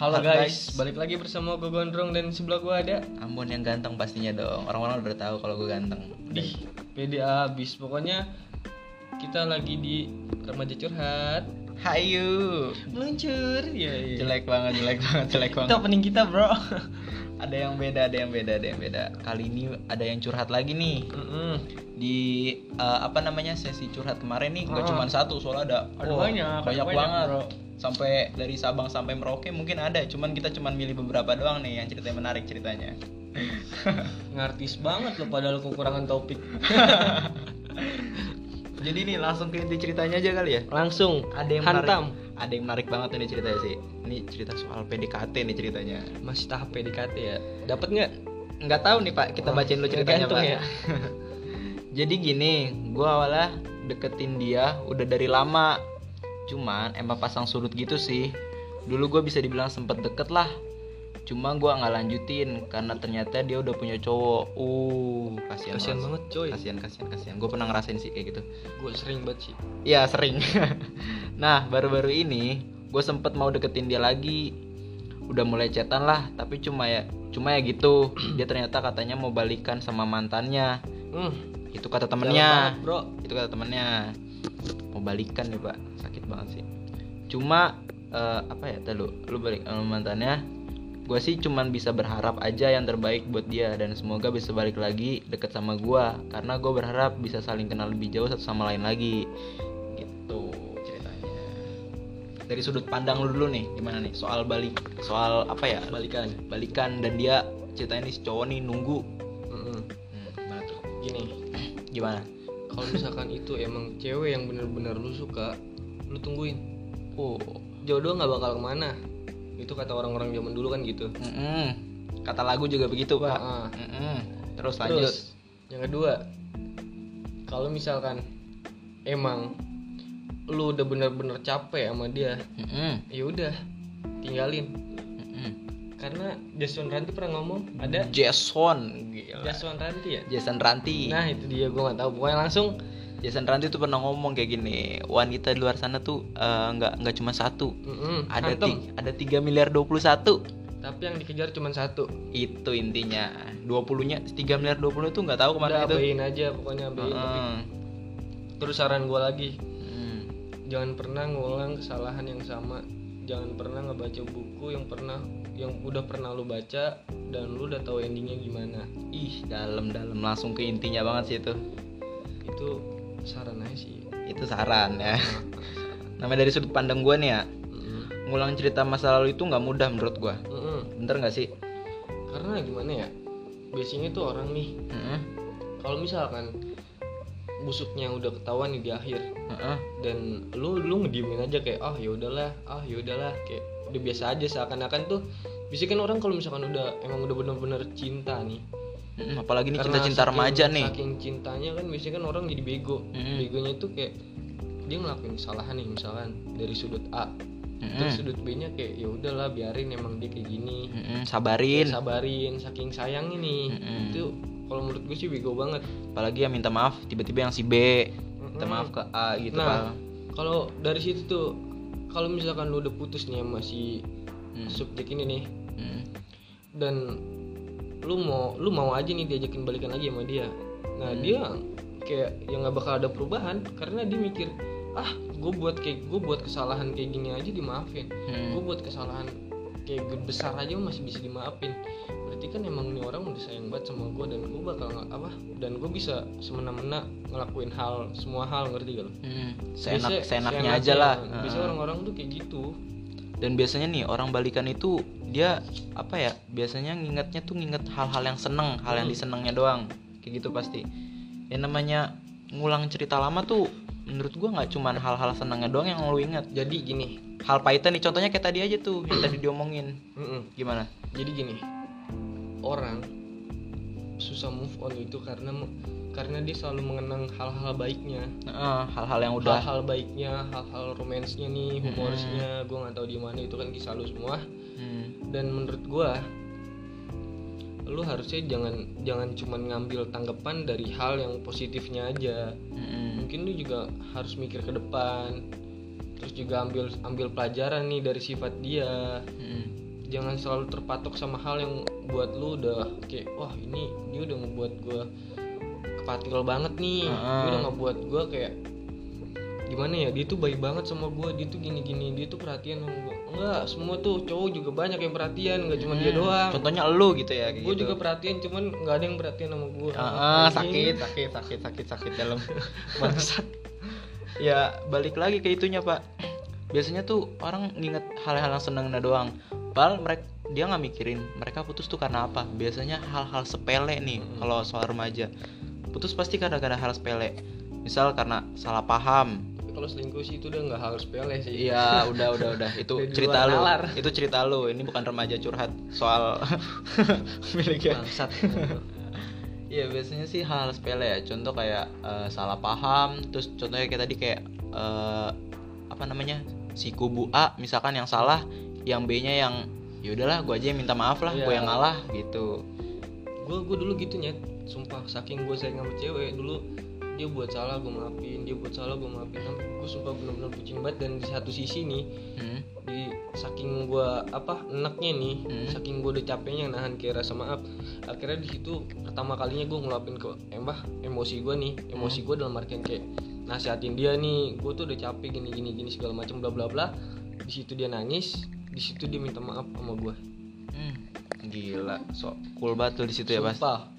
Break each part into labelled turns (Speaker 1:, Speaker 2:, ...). Speaker 1: Halo
Speaker 2: Halo,
Speaker 1: guys,
Speaker 2: guys.
Speaker 1: balik lagi bersama gue Gondrong dan sebelah gue ada
Speaker 2: Ambon yang ganteng pastinya dong. Orang-orang udah tahu kalau gue ganteng.
Speaker 1: di PDA abis. Pokoknya kita lagi di remaja curhat
Speaker 2: Hayu.
Speaker 1: meluncur. Ya, ya.
Speaker 2: Jelek banget, jelek banget, jelek
Speaker 1: Itu
Speaker 2: banget.
Speaker 1: opening kita bro.
Speaker 2: Ada yang beda, ada yang beda, ada yang beda. Kali ini ada yang curhat lagi nih.
Speaker 1: Mm-mm.
Speaker 2: Di eh, apa namanya sesi curhat kemarin nih,
Speaker 1: Ah.
Speaker 2: gak cuma satu, soalnya ada
Speaker 1: Ada
Speaker 2: wah,
Speaker 1: banyak, ada
Speaker 2: banyak
Speaker 1: banyak,
Speaker 2: banget.
Speaker 1: bro.
Speaker 2: Sampai dari Sabang sampai Merauke mungkin ada, cuman kita cuman milih beberapa doang nih yang ceritanya menarik ceritanya.
Speaker 1: Ngartis banget lo padahal kekurangan topik.
Speaker 2: Jadi nih langsung ke inti ceritanya aja kali ya.
Speaker 1: Langsung
Speaker 2: Ada yang
Speaker 1: hantam.
Speaker 2: menarik, ada yang menarik banget ini ceritanya sih. Ini cerita soal PDKT nih ceritanya.
Speaker 1: Masih tahap PDKT ya. Dapat nggak?
Speaker 2: Nggak tahu nih Pak, kita
Speaker 1: Wah,
Speaker 2: bacain dulu ceritanya
Speaker 1: tergantung
Speaker 2: Pak.
Speaker 1: Oh, ya.
Speaker 2: Jadi gini, gua awalnya deketin dia udah dari lama. Cuman emang pasang surut gitu sih. Dulu gue bisa dibilang sempet deket lah. Cuma gua nggak lanjutin karena ternyata dia udah punya cowok. Uh, kasihan,
Speaker 1: Kasihan banget coy.
Speaker 2: Kasihan, kasihan, kasihan. Gue pernah ngerasain sih kayak gitu.
Speaker 1: Gue sering banget sih.
Speaker 2: Ya sering. nah baru-baru ini gue sempet mau deketin dia lagi. Udah mulai chatan lah, tapi cuma ya cuma ya gitu. Dia ternyata katanya mau balikan sama mantannya.
Speaker 1: Hmm,
Speaker 2: Itu
Speaker 1: jalan
Speaker 2: kata temennya.
Speaker 1: banget, bro.
Speaker 2: Itu kata temennya. Mau balikan nih pak, sakit banget sih. Cuma eh, apa ya? Tadi lu lu balik sama mantannya. Gue sih cuman bisa berharap aja yang terbaik buat dia dan semoga bisa balik lagi deket sama gue karena gue berharap bisa saling kenal lebih jauh satu sama lain lagi gitu ceritanya dari sudut pandang lu dulu nih gimana nih soal balik soal apa ya
Speaker 1: Balikan.
Speaker 2: balikan dan dia ceritanya nih si cowok nih nunggu Hmm,
Speaker 1: Mm-mm.
Speaker 2: gimana tuh
Speaker 1: Gini,
Speaker 2: gimana
Speaker 1: kalau misalkan itu emang cewek yang bener-bener lu suka lu tungguin
Speaker 2: oh
Speaker 1: jodoh nggak bakal kemana itu kata orang-orang zaman dulu kan gitu
Speaker 2: mm-mm. kata lagu juga begitu pak
Speaker 1: Heeh.
Speaker 2: Mm-mm. terus lanjut
Speaker 1: terus yang kedua kalau misalkan emang lu udah bener-bener capek sama dia
Speaker 2: Mm-mm.
Speaker 1: ya udah tinggalin
Speaker 2: Mm-mm.
Speaker 1: karena Jason Ranti pernah ngomong ada
Speaker 2: Jason gila
Speaker 1: Jason Ranti ya
Speaker 2: Jason Ranti
Speaker 1: nah itu dia gua nggak tahu pokoknya langsung
Speaker 2: Jason Ranti tuh pernah ngomong kayak gini wanita di luar sana tuh eh, nggak nggak cuma satu
Speaker 1: mm-mm,
Speaker 2: ada
Speaker 1: hantem.
Speaker 2: ti- ada tiga miliar 21
Speaker 1: tapi yang dikejar cuma satu
Speaker 2: itu intinya 20 nya 3 miliar 20 itu nggak
Speaker 1: udah
Speaker 2: tahu kemana itu Ah,
Speaker 1: abain aja pokoknya abain
Speaker 2: Heeh.
Speaker 1: terus saran gua lagi
Speaker 2: Hmm.
Speaker 1: jangan pernah ngulang kesalahan yang sama jangan pernah ngebaca buku yang pernah yang udah pernah lu baca dan lu udah tahu endingnya gimana
Speaker 2: ih dalam dalam langsung ke intinya banget sih itu
Speaker 1: itu saran aja sih
Speaker 2: itu saran ya namanya dari sudut pandang gue nih ya ngulang cerita masa lalu itu nggak mudah menurut gue
Speaker 1: Mm-mm.
Speaker 2: bener nggak sih
Speaker 1: karena gimana ya biasanya tuh orang nih
Speaker 2: Heeh.
Speaker 1: kalau misalkan busuknya udah ketahuan nih di akhir
Speaker 2: Heeh.
Speaker 1: dan lu lu ngediemin aja kayak ah ya udahlah ah ya udahlah kayak udah biasa aja seakan-akan tuh biasanya kan orang kalau misalkan udah emang udah bener-bener cinta nih
Speaker 2: Mm, apalagi nih
Speaker 1: Karena
Speaker 2: cinta-cinta
Speaker 1: saking-
Speaker 2: remaja nih
Speaker 1: saking cintanya kan biasanya kan orang jadi bego
Speaker 2: Mm.
Speaker 1: begonya tuh kayak dia ngelakuin kesalahan nih misalkan dari sudut A
Speaker 2: Mm-mm.
Speaker 1: terus sudut B nya kayak ya udahlah biarin emang dia kayak gini
Speaker 2: Mm-mm, sabarin
Speaker 1: sabarin saking sayang ini
Speaker 2: Mm-mm.
Speaker 1: itu kalau menurut gue sih bego banget
Speaker 2: apalagi yang minta maaf tiba-tiba yang si B minta
Speaker 1: Mm-mm.
Speaker 2: maaf ke A gitu
Speaker 1: nah
Speaker 2: Pak.
Speaker 1: kalau dari situ tuh kalau misalkan lu udah putus nih sama si
Speaker 2: Mm.
Speaker 1: subjek ini nih
Speaker 2: Mm.
Speaker 1: dan lu mau lu mau aja nih diajakin balikan lagi sama dia nah
Speaker 2: Hmm.
Speaker 1: dia kayak yang nggak bakal ada perubahan karena dia mikir ah gue buat kayak gue buat kesalahan kayak gini aja dimaafin
Speaker 2: Hmm.
Speaker 1: gue buat kesalahan kayak gede- besar aja masih bisa dimaafin berarti kan emang nih orang udah sayang banget sama gue dan gue bakal nggak- apa dan gue bisa semena-mena ngelakuin hal semua hal ngerti gak lo
Speaker 2: Mm. seenak
Speaker 1: Biasanya-
Speaker 2: seenaknya aja lah
Speaker 1: biasanya
Speaker 2: Heeh.
Speaker 1: orang-orang tuh kayak gitu
Speaker 2: dan biasanya nih orang balikan itu dia apa ya biasanya ngingetnya tuh nginget hal-hal yang seneng hal yang
Speaker 1: Hmm.
Speaker 2: disenengnya doang kayak gitu pasti yang namanya ngulang cerita lama tuh menurut gua nggak cuman hal-hal senengnya doang yang lu inget
Speaker 1: jadi gini
Speaker 2: hal pahitnya nih contohnya kayak tadi aja tuh yang tadi diomongin
Speaker 1: mm-mm.
Speaker 2: gimana
Speaker 1: jadi gini orang susah move on itu karena karena dia selalu mengenang hal-hal baiknya
Speaker 2: Heeh, hal-hal yang udah
Speaker 1: hal-hal baiknya hal-hal romansnya nih humorisnya gue nggak tahu di mana itu kan kisah lu semua
Speaker 2: Hmm.
Speaker 1: dan menurut gue lu harusnya jangan jangan cuman ngambil tanggapan dari hal yang positifnya aja
Speaker 2: Mm-mm.
Speaker 1: mungkin lu juga harus mikir ke depan terus juga ambil ambil pelajaran nih dari sifat dia
Speaker 2: Mm-mm.
Speaker 1: jangan selalu terpatok sama hal yang buat lu udah kayak wah ini dia udah ngebuat gue kepatil banget nih dia
Speaker 2: Heeh.
Speaker 1: udah ngebuat gue kayak gimana ya dia tuh baik banget sama gue dia tuh gini gini dia tuh perhatian sama gue enggak semua tuh cowok juga banyak yang perhatian nggak cuma dia
Speaker 2: Hmm,
Speaker 1: doang
Speaker 2: Contohnya lu gitu ya kayak
Speaker 1: gue
Speaker 2: gitu.
Speaker 1: juga perhatian cuman nggak ada yang perhatian sama gue
Speaker 2: Ah, ah, sakit, sakit, sakit, sakit, sakit dalam bangsat. ya balik lagi ke itunya pak. Biasanya tuh orang nginget hal-hal yang senangnya doang. Padahal mereka dia nggak mikirin mereka putus tuh karena apa. Biasanya hal-hal sepele nih
Speaker 1: Mm.
Speaker 2: kalau soal remaja. Putus pasti karena-karena hal sepele. Misal karena salah paham.
Speaker 1: tapi kalau selingkuh sih itu udah nggak harus pele sih
Speaker 2: Iya, udah, udah, udah. Itu
Speaker 1: Udah di
Speaker 2: cerita
Speaker 1: luar
Speaker 2: lu.
Speaker 1: nalar.
Speaker 2: Itu cerita lu. Ini bukan remaja curhat soal milik ya.
Speaker 1: bangsat
Speaker 2: Iya biasanya sih hal sepele ya contoh kayak eh, salah paham terus contohnya kayak tadi kayak eh, apa namanya si kubu A misalkan yang salah yang B-nya yang ya udahlah gue aja yang minta maaf lah gue
Speaker 1: Iya.
Speaker 2: yang ngalah gitu
Speaker 1: gue gue dulu gitu nyet sumpah saking gue sayang sama cewek dulu dia buat salah gue maafin dia buat salah gue maafin sampai gue sumpah bener-bener bucin banget dan di satu sisi nih
Speaker 2: Hmm,
Speaker 1: di saking gue apa enaknya nih
Speaker 2: Hmm.
Speaker 1: saking gue udah capeknya nahan kayak rasa maaf akhirnya di situ pertama kalinya gue ngeluapin ke emah emosi gue nih emosi gue dalam artian kayak nasihatin dia nih gue tuh udah capek gini gini gini segala macam bla bla bla di situ dia nangis di situ dia minta maaf sama gue
Speaker 2: hmm, gila sok cool banget tuh di situ ya pas
Speaker 1: Sumpah.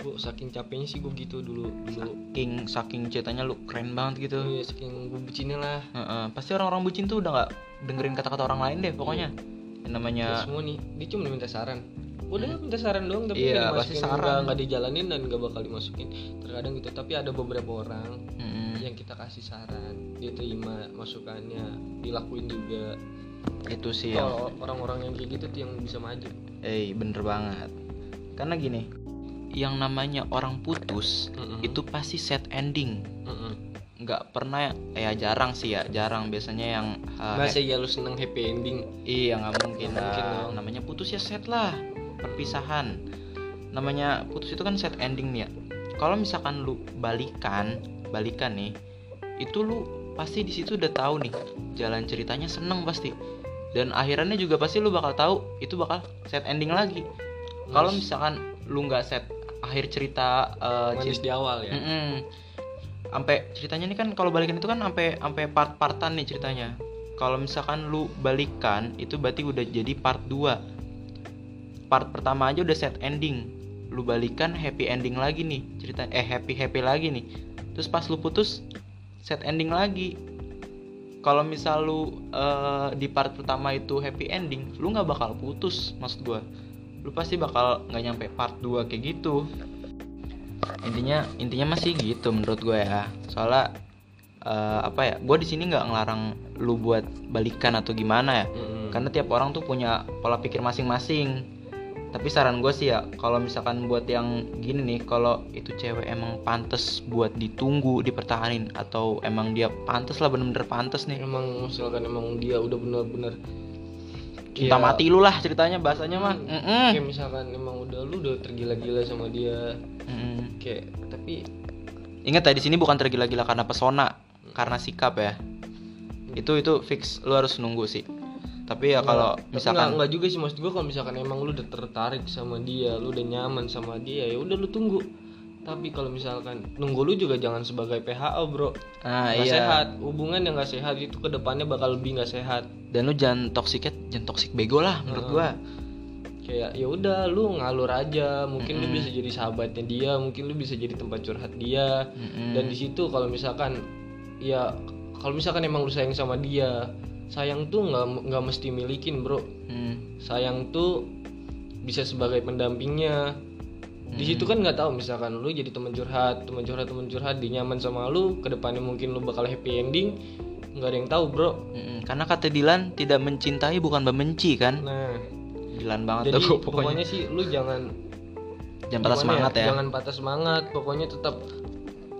Speaker 1: Gue saking capeknya sih gue gitu dulu dulu.
Speaker 2: saking saking ceritanya lu keren banget gitu
Speaker 1: Iya, saking gue becinnya lah.
Speaker 2: Heeh, pasti orang-orang bucin tuh udah nggak dengerin kata-kata orang lain deh pokoknya yang namanya
Speaker 1: Terus Iya, semua nih, dia cuma minta saran. Udah minta saran doang tapi
Speaker 2: Hmm. Iya,
Speaker 1: nggak
Speaker 2: pasti
Speaker 1: dimasukin,
Speaker 2: saran.
Speaker 1: nggak- nggak dijalanin dan nggak bakal dimasukin. Terkadang gitu, tapi ada beberapa orang
Speaker 2: Mm-mm.
Speaker 1: yang kita kasih saran, dia terima masukannya, dilakuin juga.
Speaker 2: itu sih yang
Speaker 1: Kalau orang-orang yang kayak gitu tuh yang bisa maju.
Speaker 2: Eh bener banget Karena gini Yang namanya orang putus
Speaker 1: Mm-mm.
Speaker 2: Itu pasti set ending
Speaker 1: Mm-mm.
Speaker 2: nggak pernah ya jarang sih ya jarang biasanya yang uh,
Speaker 1: Masa ya lu seneng happy ending?
Speaker 2: iya nggak mungkin,
Speaker 1: Nggak mungkin
Speaker 2: lah.
Speaker 1: dong.
Speaker 2: namanya putus ya set lah perpisahan namanya putus itu kan set ending nih ya kalau misalkan lu balikan balikan nih itu lu pasti di situ udah tahu nih jalan ceritanya seneng pasti dan akhirannya juga pasti lu bakal tahu itu bakal set ending lagi kalau
Speaker 1: Manis-
Speaker 2: misalkan lu nggak set akhir cerita uh, cerita
Speaker 1: manis di awal ya.
Speaker 2: Mm-mm. Sampai ceritanya ini kan kalau balikan itu kan sampai sampai part-partan nih ceritanya. Kalau misalkan lu balikan itu berarti udah jadi part 2. Part pertama aja udah set ending. Lu balikan happy ending lagi nih cerita eh happy happy lagi nih. Terus pas lu putus set ending lagi. Kalau misal lu eh, di part pertama itu happy ending, lu nggak bakal putus maksud gua. Lu pasti bakal nggak nyampe part 2 kayak gitu intinya intinya masih gitu menurut gue ya soalnya eh, apa ya gue di sini nggak ngelarang lu buat balikan atau gimana ya
Speaker 1: Mm-mm.
Speaker 2: karena tiap orang tuh punya pola pikir masing-masing tapi saran gue sih ya kalau misalkan buat yang gini nih kalau itu cewek emang pantas buat ditunggu dipertahanin atau emang dia pantas lah bener-bener pantas nih
Speaker 1: emang misalkan emang dia udah benar-benar
Speaker 2: cinta
Speaker 1: Iya.
Speaker 2: mati lu lah ceritanya bahasanya mah
Speaker 1: Hmm.
Speaker 2: Mm-mm.
Speaker 1: kayak misalkan emang udah lu udah tergila-gila sama dia
Speaker 2: Mm-mm.
Speaker 1: kayak tapi
Speaker 2: Ingat ya di sini bukan tergila-gila karena pesona,
Speaker 1: Hmm.
Speaker 2: karena sikap ya. Itu itu fix lu harus nunggu sih. Tapi ya kalau
Speaker 1: Iya, Nggak- nggak,
Speaker 2: misalkan
Speaker 1: nggak juga sih maksud gue kalau misalkan emang lu udah tertarik sama dia lu udah nyaman sama dia ya udah lu tunggu tapi kalau misalkan nunggu lu juga jangan sebagai PHO bro
Speaker 2: ah
Speaker 1: Nggak
Speaker 2: iya.
Speaker 1: sehat hubungan yang gak sehat itu kedepannya bakal lebih gak sehat
Speaker 2: Dan lu jangan toxic ya, jangan toxic bego lah menurut
Speaker 1: Mm-mm.
Speaker 2: gua.
Speaker 1: kayak ya udah lu ngalur aja mungkin lu
Speaker 2: Mm-mm.
Speaker 1: bisa jadi sahabatnya dia mungkin lu bisa jadi tempat curhat dia
Speaker 2: Mm-mm.
Speaker 1: dan di situ kalau misalkan ya kalau misalkan emang lu sayang sama dia sayang tuh nggak nggak mesti milikin bro
Speaker 2: Mm.
Speaker 1: sayang tuh bisa sebagai pendampingnya di situ
Speaker 2: Mm.
Speaker 1: kan nggak tahu misalkan lu jadi teman curhat teman curhat teman curhat dia nyaman sama lu kedepannya mungkin lu bakal happy ending nggak ada yang tahu bro
Speaker 2: Mm-mm. hmm, Karena kata Dilan tidak mencintai bukan membenci kan.
Speaker 1: nah
Speaker 2: Dilan banget
Speaker 1: jadi
Speaker 2: dah gua
Speaker 1: pokoknya.
Speaker 2: pokoknya.
Speaker 1: sih lu jangan
Speaker 2: Jangan patah
Speaker 1: gimana
Speaker 2: semangat ya.
Speaker 1: jangan patah semangat pokoknya tetap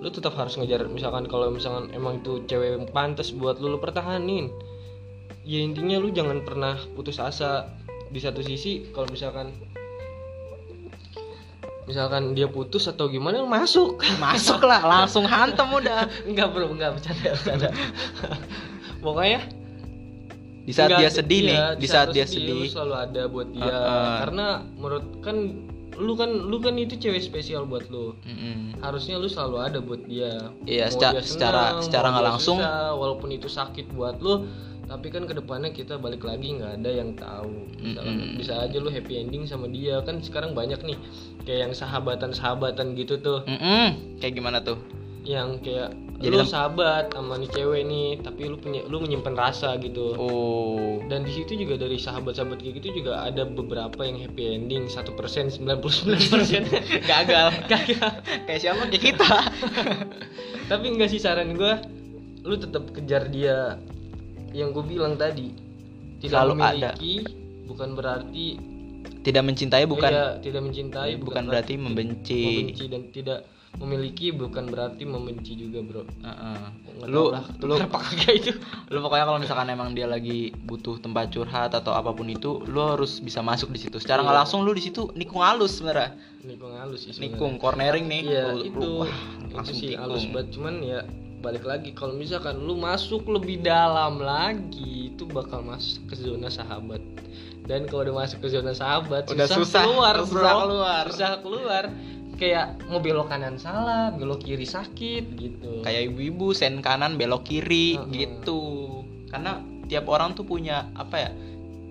Speaker 1: lu tetap harus ngejar misalkan kalau misalkan emang itu cewek yang pantas buat lu lu pertahanin ya intinya lu jangan pernah putus asa di satu sisi kalau misalkan misalkan dia putus atau gimana lu masuk
Speaker 2: Masuk lah, langsung hantem udah.
Speaker 1: enggak bro enggak bercanda bercanda pokoknya
Speaker 2: di saat
Speaker 1: Nggak,
Speaker 2: dia sedih nih
Speaker 1: iya,
Speaker 2: di saat dia
Speaker 1: lu
Speaker 2: sedih
Speaker 1: selalu ada buat dia
Speaker 2: Heeh.
Speaker 1: karena menurut kan lu kan lu kan itu cewek spesial buat lu
Speaker 2: Mm-mm.
Speaker 1: harusnya lu selalu ada buat dia
Speaker 2: Iya,
Speaker 1: Mau
Speaker 2: secara-
Speaker 1: dia
Speaker 2: secara-
Speaker 1: senang,
Speaker 2: secara
Speaker 1: mau
Speaker 2: nggak
Speaker 1: dia
Speaker 2: langsung.
Speaker 1: susah, walaupun itu sakit buat lu tapi kan kedepannya kita balik lagi nggak ada yang tahu Misalkan
Speaker 2: Mm-mm.
Speaker 1: bisa aja lu happy ending sama dia kan sekarang banyak nih kayak yang sahabatan sahabatan gitu tuh
Speaker 2: Mm-mm. Hmm, kayak gimana tuh
Speaker 1: yang kayak
Speaker 2: Jadi
Speaker 1: lu
Speaker 2: tem-
Speaker 1: sahabat sama nih cewek nih tapi lu punya lu menyimpan rasa gitu
Speaker 2: oh
Speaker 1: dan di situ juga dari sahabat-sahabat kayak gitu juga ada beberapa yang happy ending satu persen sembilan puluh sembilan persen
Speaker 2: gagal gagal kayak siapa kayak kita
Speaker 1: tapi enggak sih saran gue lu tetap kejar dia yang gue bilang tadi tidak
Speaker 2: Selalu ada.
Speaker 1: memiliki bukan berarti
Speaker 2: tidak mencintai Eh, bukan Eh,
Speaker 1: iya, tidak mencintai
Speaker 2: bukan berarti membenci
Speaker 1: membenci dan tidak memiliki bukan berarti membenci juga bro
Speaker 2: Heeh.
Speaker 1: Nggak
Speaker 2: lu
Speaker 1: tahu lah,
Speaker 2: lu
Speaker 1: kenapa gitu. kagak itu
Speaker 2: lu pokoknya kalau misalkan emang dia lagi butuh tempat curhat atau apapun itu lu harus bisa masuk di situ secara nggak
Speaker 1: Iya.
Speaker 2: langsung lu di situ nikung halus sebenarnya
Speaker 1: nikung halus sih sebenarnya.
Speaker 2: nikung cornering nih
Speaker 1: Iya
Speaker 2: Lu-
Speaker 1: itu
Speaker 2: lu- wah,
Speaker 1: itu
Speaker 2: langsung
Speaker 1: sih
Speaker 2: tikung.
Speaker 1: halus banget cuman ya balik lagi kalau misalkan lu masuk lebih dalam lagi itu bakal masuk ke zona sahabat dan kalau udah masuk ke zona sahabat
Speaker 2: Udah susah,
Speaker 1: keluar
Speaker 2: susah
Speaker 1: bro.
Speaker 2: keluar.
Speaker 1: susah keluar kayak mau belok kanan salah belok kiri sakit gitu
Speaker 2: kayak ibu-ibu sen kanan belok kiri
Speaker 1: Heeh.
Speaker 2: gitu karena tiap orang tuh punya apa ya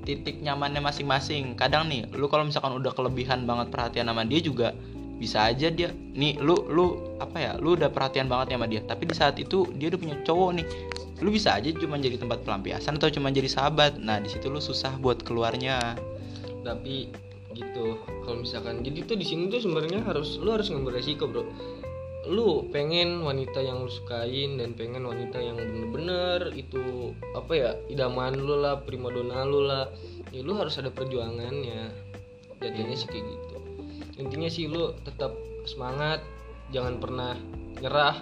Speaker 2: titik nyamannya masing-masing kadang nih lu kalau misalkan udah kelebihan banget perhatian sama dia juga bisa aja dia nih lu lu apa ya lu udah perhatian banget ya sama dia tapi di saat itu dia udah punya cowok nih lu bisa aja cuma jadi tempat pelampiasan atau cuma jadi sahabat nah di situ lu susah buat keluarnya
Speaker 1: tapi gitu kalau misalkan jadi tuh di sini tuh sebenarnya harus lu harus ngambil resiko bro lu pengen wanita yang lu sukain dan pengen wanita yang bener-bener itu apa ya idaman lu lah primadona lu lah ya lu harus ada perjuangannya jadinya sih kayak gitu intinya sih lu tetap semangat jangan pernah nyerah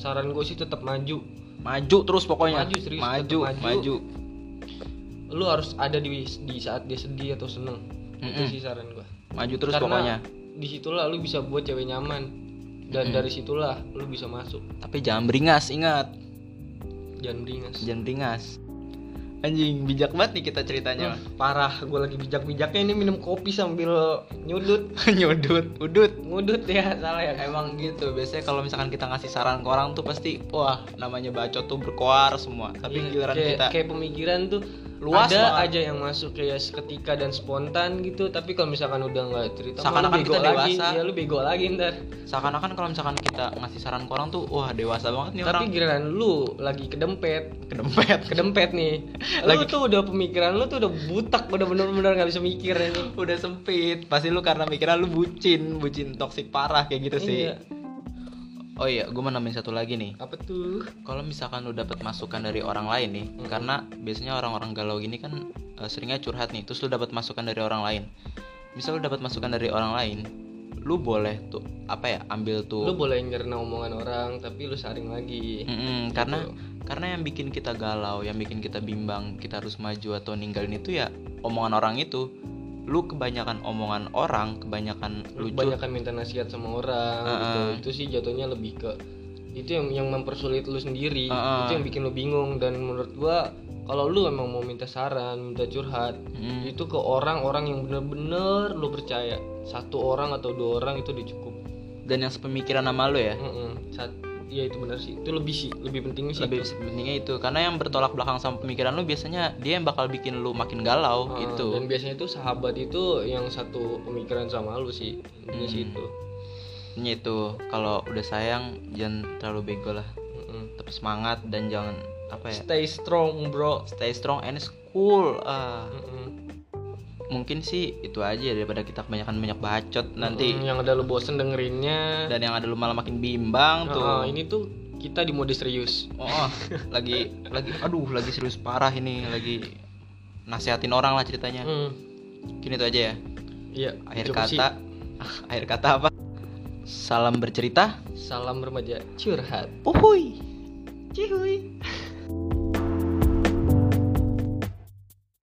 Speaker 1: saran gue sih tetap maju
Speaker 2: maju terus pokoknya
Speaker 1: Maju, serius,
Speaker 2: maju
Speaker 1: tetep maju.
Speaker 2: maju.
Speaker 1: lu harus ada di di saat dia sedih atau seneng itu
Speaker 2: Mm-mm.
Speaker 1: sih saran gue
Speaker 2: Maju terus
Speaker 1: Karena-
Speaker 2: pokoknya
Speaker 1: disitulah lu bisa buat cewek nyaman dan
Speaker 2: Mm-mm.
Speaker 1: dari situlah lu bisa masuk
Speaker 2: tapi jangan beringas ingat
Speaker 1: jangan beringas
Speaker 2: Jangan beringas Anjing, bijak banget nih kita ceritanya
Speaker 1: parah gue lagi bijak-bijaknya ini minum kopi sambil nyudut
Speaker 2: Nyudut, udut
Speaker 1: ngudut ya salah ya
Speaker 2: Emang gitu, biasanya kalau misalkan kita ngasih saran ke orang tuh pasti Wah, namanya bacot tuh berkoar semua Tapi
Speaker 1: Iya,
Speaker 2: giliran
Speaker 1: kayak,
Speaker 2: kita
Speaker 1: kayak pemikiran tuh
Speaker 2: Luas
Speaker 1: ada
Speaker 2: banget.
Speaker 1: aja yang masuk kayak seketika dan spontan gitu tapi kalau misalkan udah nggak cerita mah
Speaker 2: Seakan-akan
Speaker 1: lu bego
Speaker 2: kita
Speaker 1: lagi
Speaker 2: dewasa.
Speaker 1: ya lu bego lagi ntar
Speaker 2: Seakan-akan kalau misalkan kita ngasih saran ke orang tuh Wah, dewasa banget nih
Speaker 1: tapi
Speaker 2: orang
Speaker 1: giliran lu lagi kedempet
Speaker 2: Kedempet
Speaker 1: kedempet nih lu
Speaker 2: Lagi-
Speaker 1: tuh udah pemikiran lu tuh udah butak udah bener-bener nggak bisa mikir ini
Speaker 2: Udah sempit, pasti lu karena mikirnya lu bucin Bucin toksik parah kayak gitu sih
Speaker 1: Iya.
Speaker 2: Oh iya, gue mau nambahin satu lagi nih
Speaker 1: apa tuh
Speaker 2: kalau misalkan lu dapat masukan dari orang lain nih
Speaker 1: Mm.
Speaker 2: karena biasanya orang-orang galau gini kan eh, seringnya curhat nih terus lu dapat masukan dari orang lain misal lu dapat masukan dari orang lain lu boleh tuh apa ya
Speaker 1: lu
Speaker 2: ambil tuh
Speaker 1: boleh nyerna omongan orang tapi lu saring lagi
Speaker 2: Mm-mm, karena karena yang bikin kita galau yang bikin kita bimbang kita harus maju atau ninggalin itu ya omongan orang itu lu kebanyakan omongan orang kebanyakan
Speaker 1: lu
Speaker 2: Hmm, lucu Ah,
Speaker 1: kebanyakan minta nasihat sama orang gitu
Speaker 2: Heeh.
Speaker 1: itu sih jatuhnya lebih ke itu yang yang mempersulit lu sendiri
Speaker 2: Heeh.
Speaker 1: itu yang bikin lu bingung dan menurut gua kalau lu emang mau minta saran minta curhat
Speaker 2: Hmm.
Speaker 1: itu ke orang-orang yang bener-bener lu percaya satu orang atau dua orang itu udah cukup
Speaker 2: dan yang sepemikiran sama lu ya
Speaker 1: Mm-mm. Sat- ya itu bener sih itu lebih sih lebih penting sih
Speaker 2: lebih
Speaker 1: itu.
Speaker 2: pentingnya itu karena yang bertolak belakang sama pemikiran lu biasanya dia yang bakal bikin lu makin galau
Speaker 1: Heeh,
Speaker 2: gitu
Speaker 1: Ah, dan biasanya itu sahabat itu yang satu pemikiran sama lu sih intinya sih
Speaker 2: Hmm.
Speaker 1: itu
Speaker 2: Intinya itu kalau udah sayang jangan terlalu bego lah
Speaker 1: Mm-mm.
Speaker 2: tetap semangat dan jangan apa ya
Speaker 1: Stay strong, bro.
Speaker 2: stay strong and cool Ah,
Speaker 1: Mm-mm.
Speaker 2: mungkin sih itu aja daripada kita kebanyakan banyak bacot nanti
Speaker 1: Mm, yang ada lu bosen dengerinnya.
Speaker 2: dan yang ada lu malah makin bimbang tuh
Speaker 1: Heeh, Ah, ini tuh kita di mode serius.
Speaker 2: oh, oh, lagi lagi aduh lagi serius parah ini lagi nasehatin orang lah ceritanya
Speaker 1: Mm.
Speaker 2: mungkin itu aja ya
Speaker 1: Iya.
Speaker 2: Iya. akhir
Speaker 1: cukup sih.
Speaker 2: kata akhir kata apa salam bercerita
Speaker 1: salam remaja curhat.
Speaker 2: uhuy
Speaker 1: Cihuy.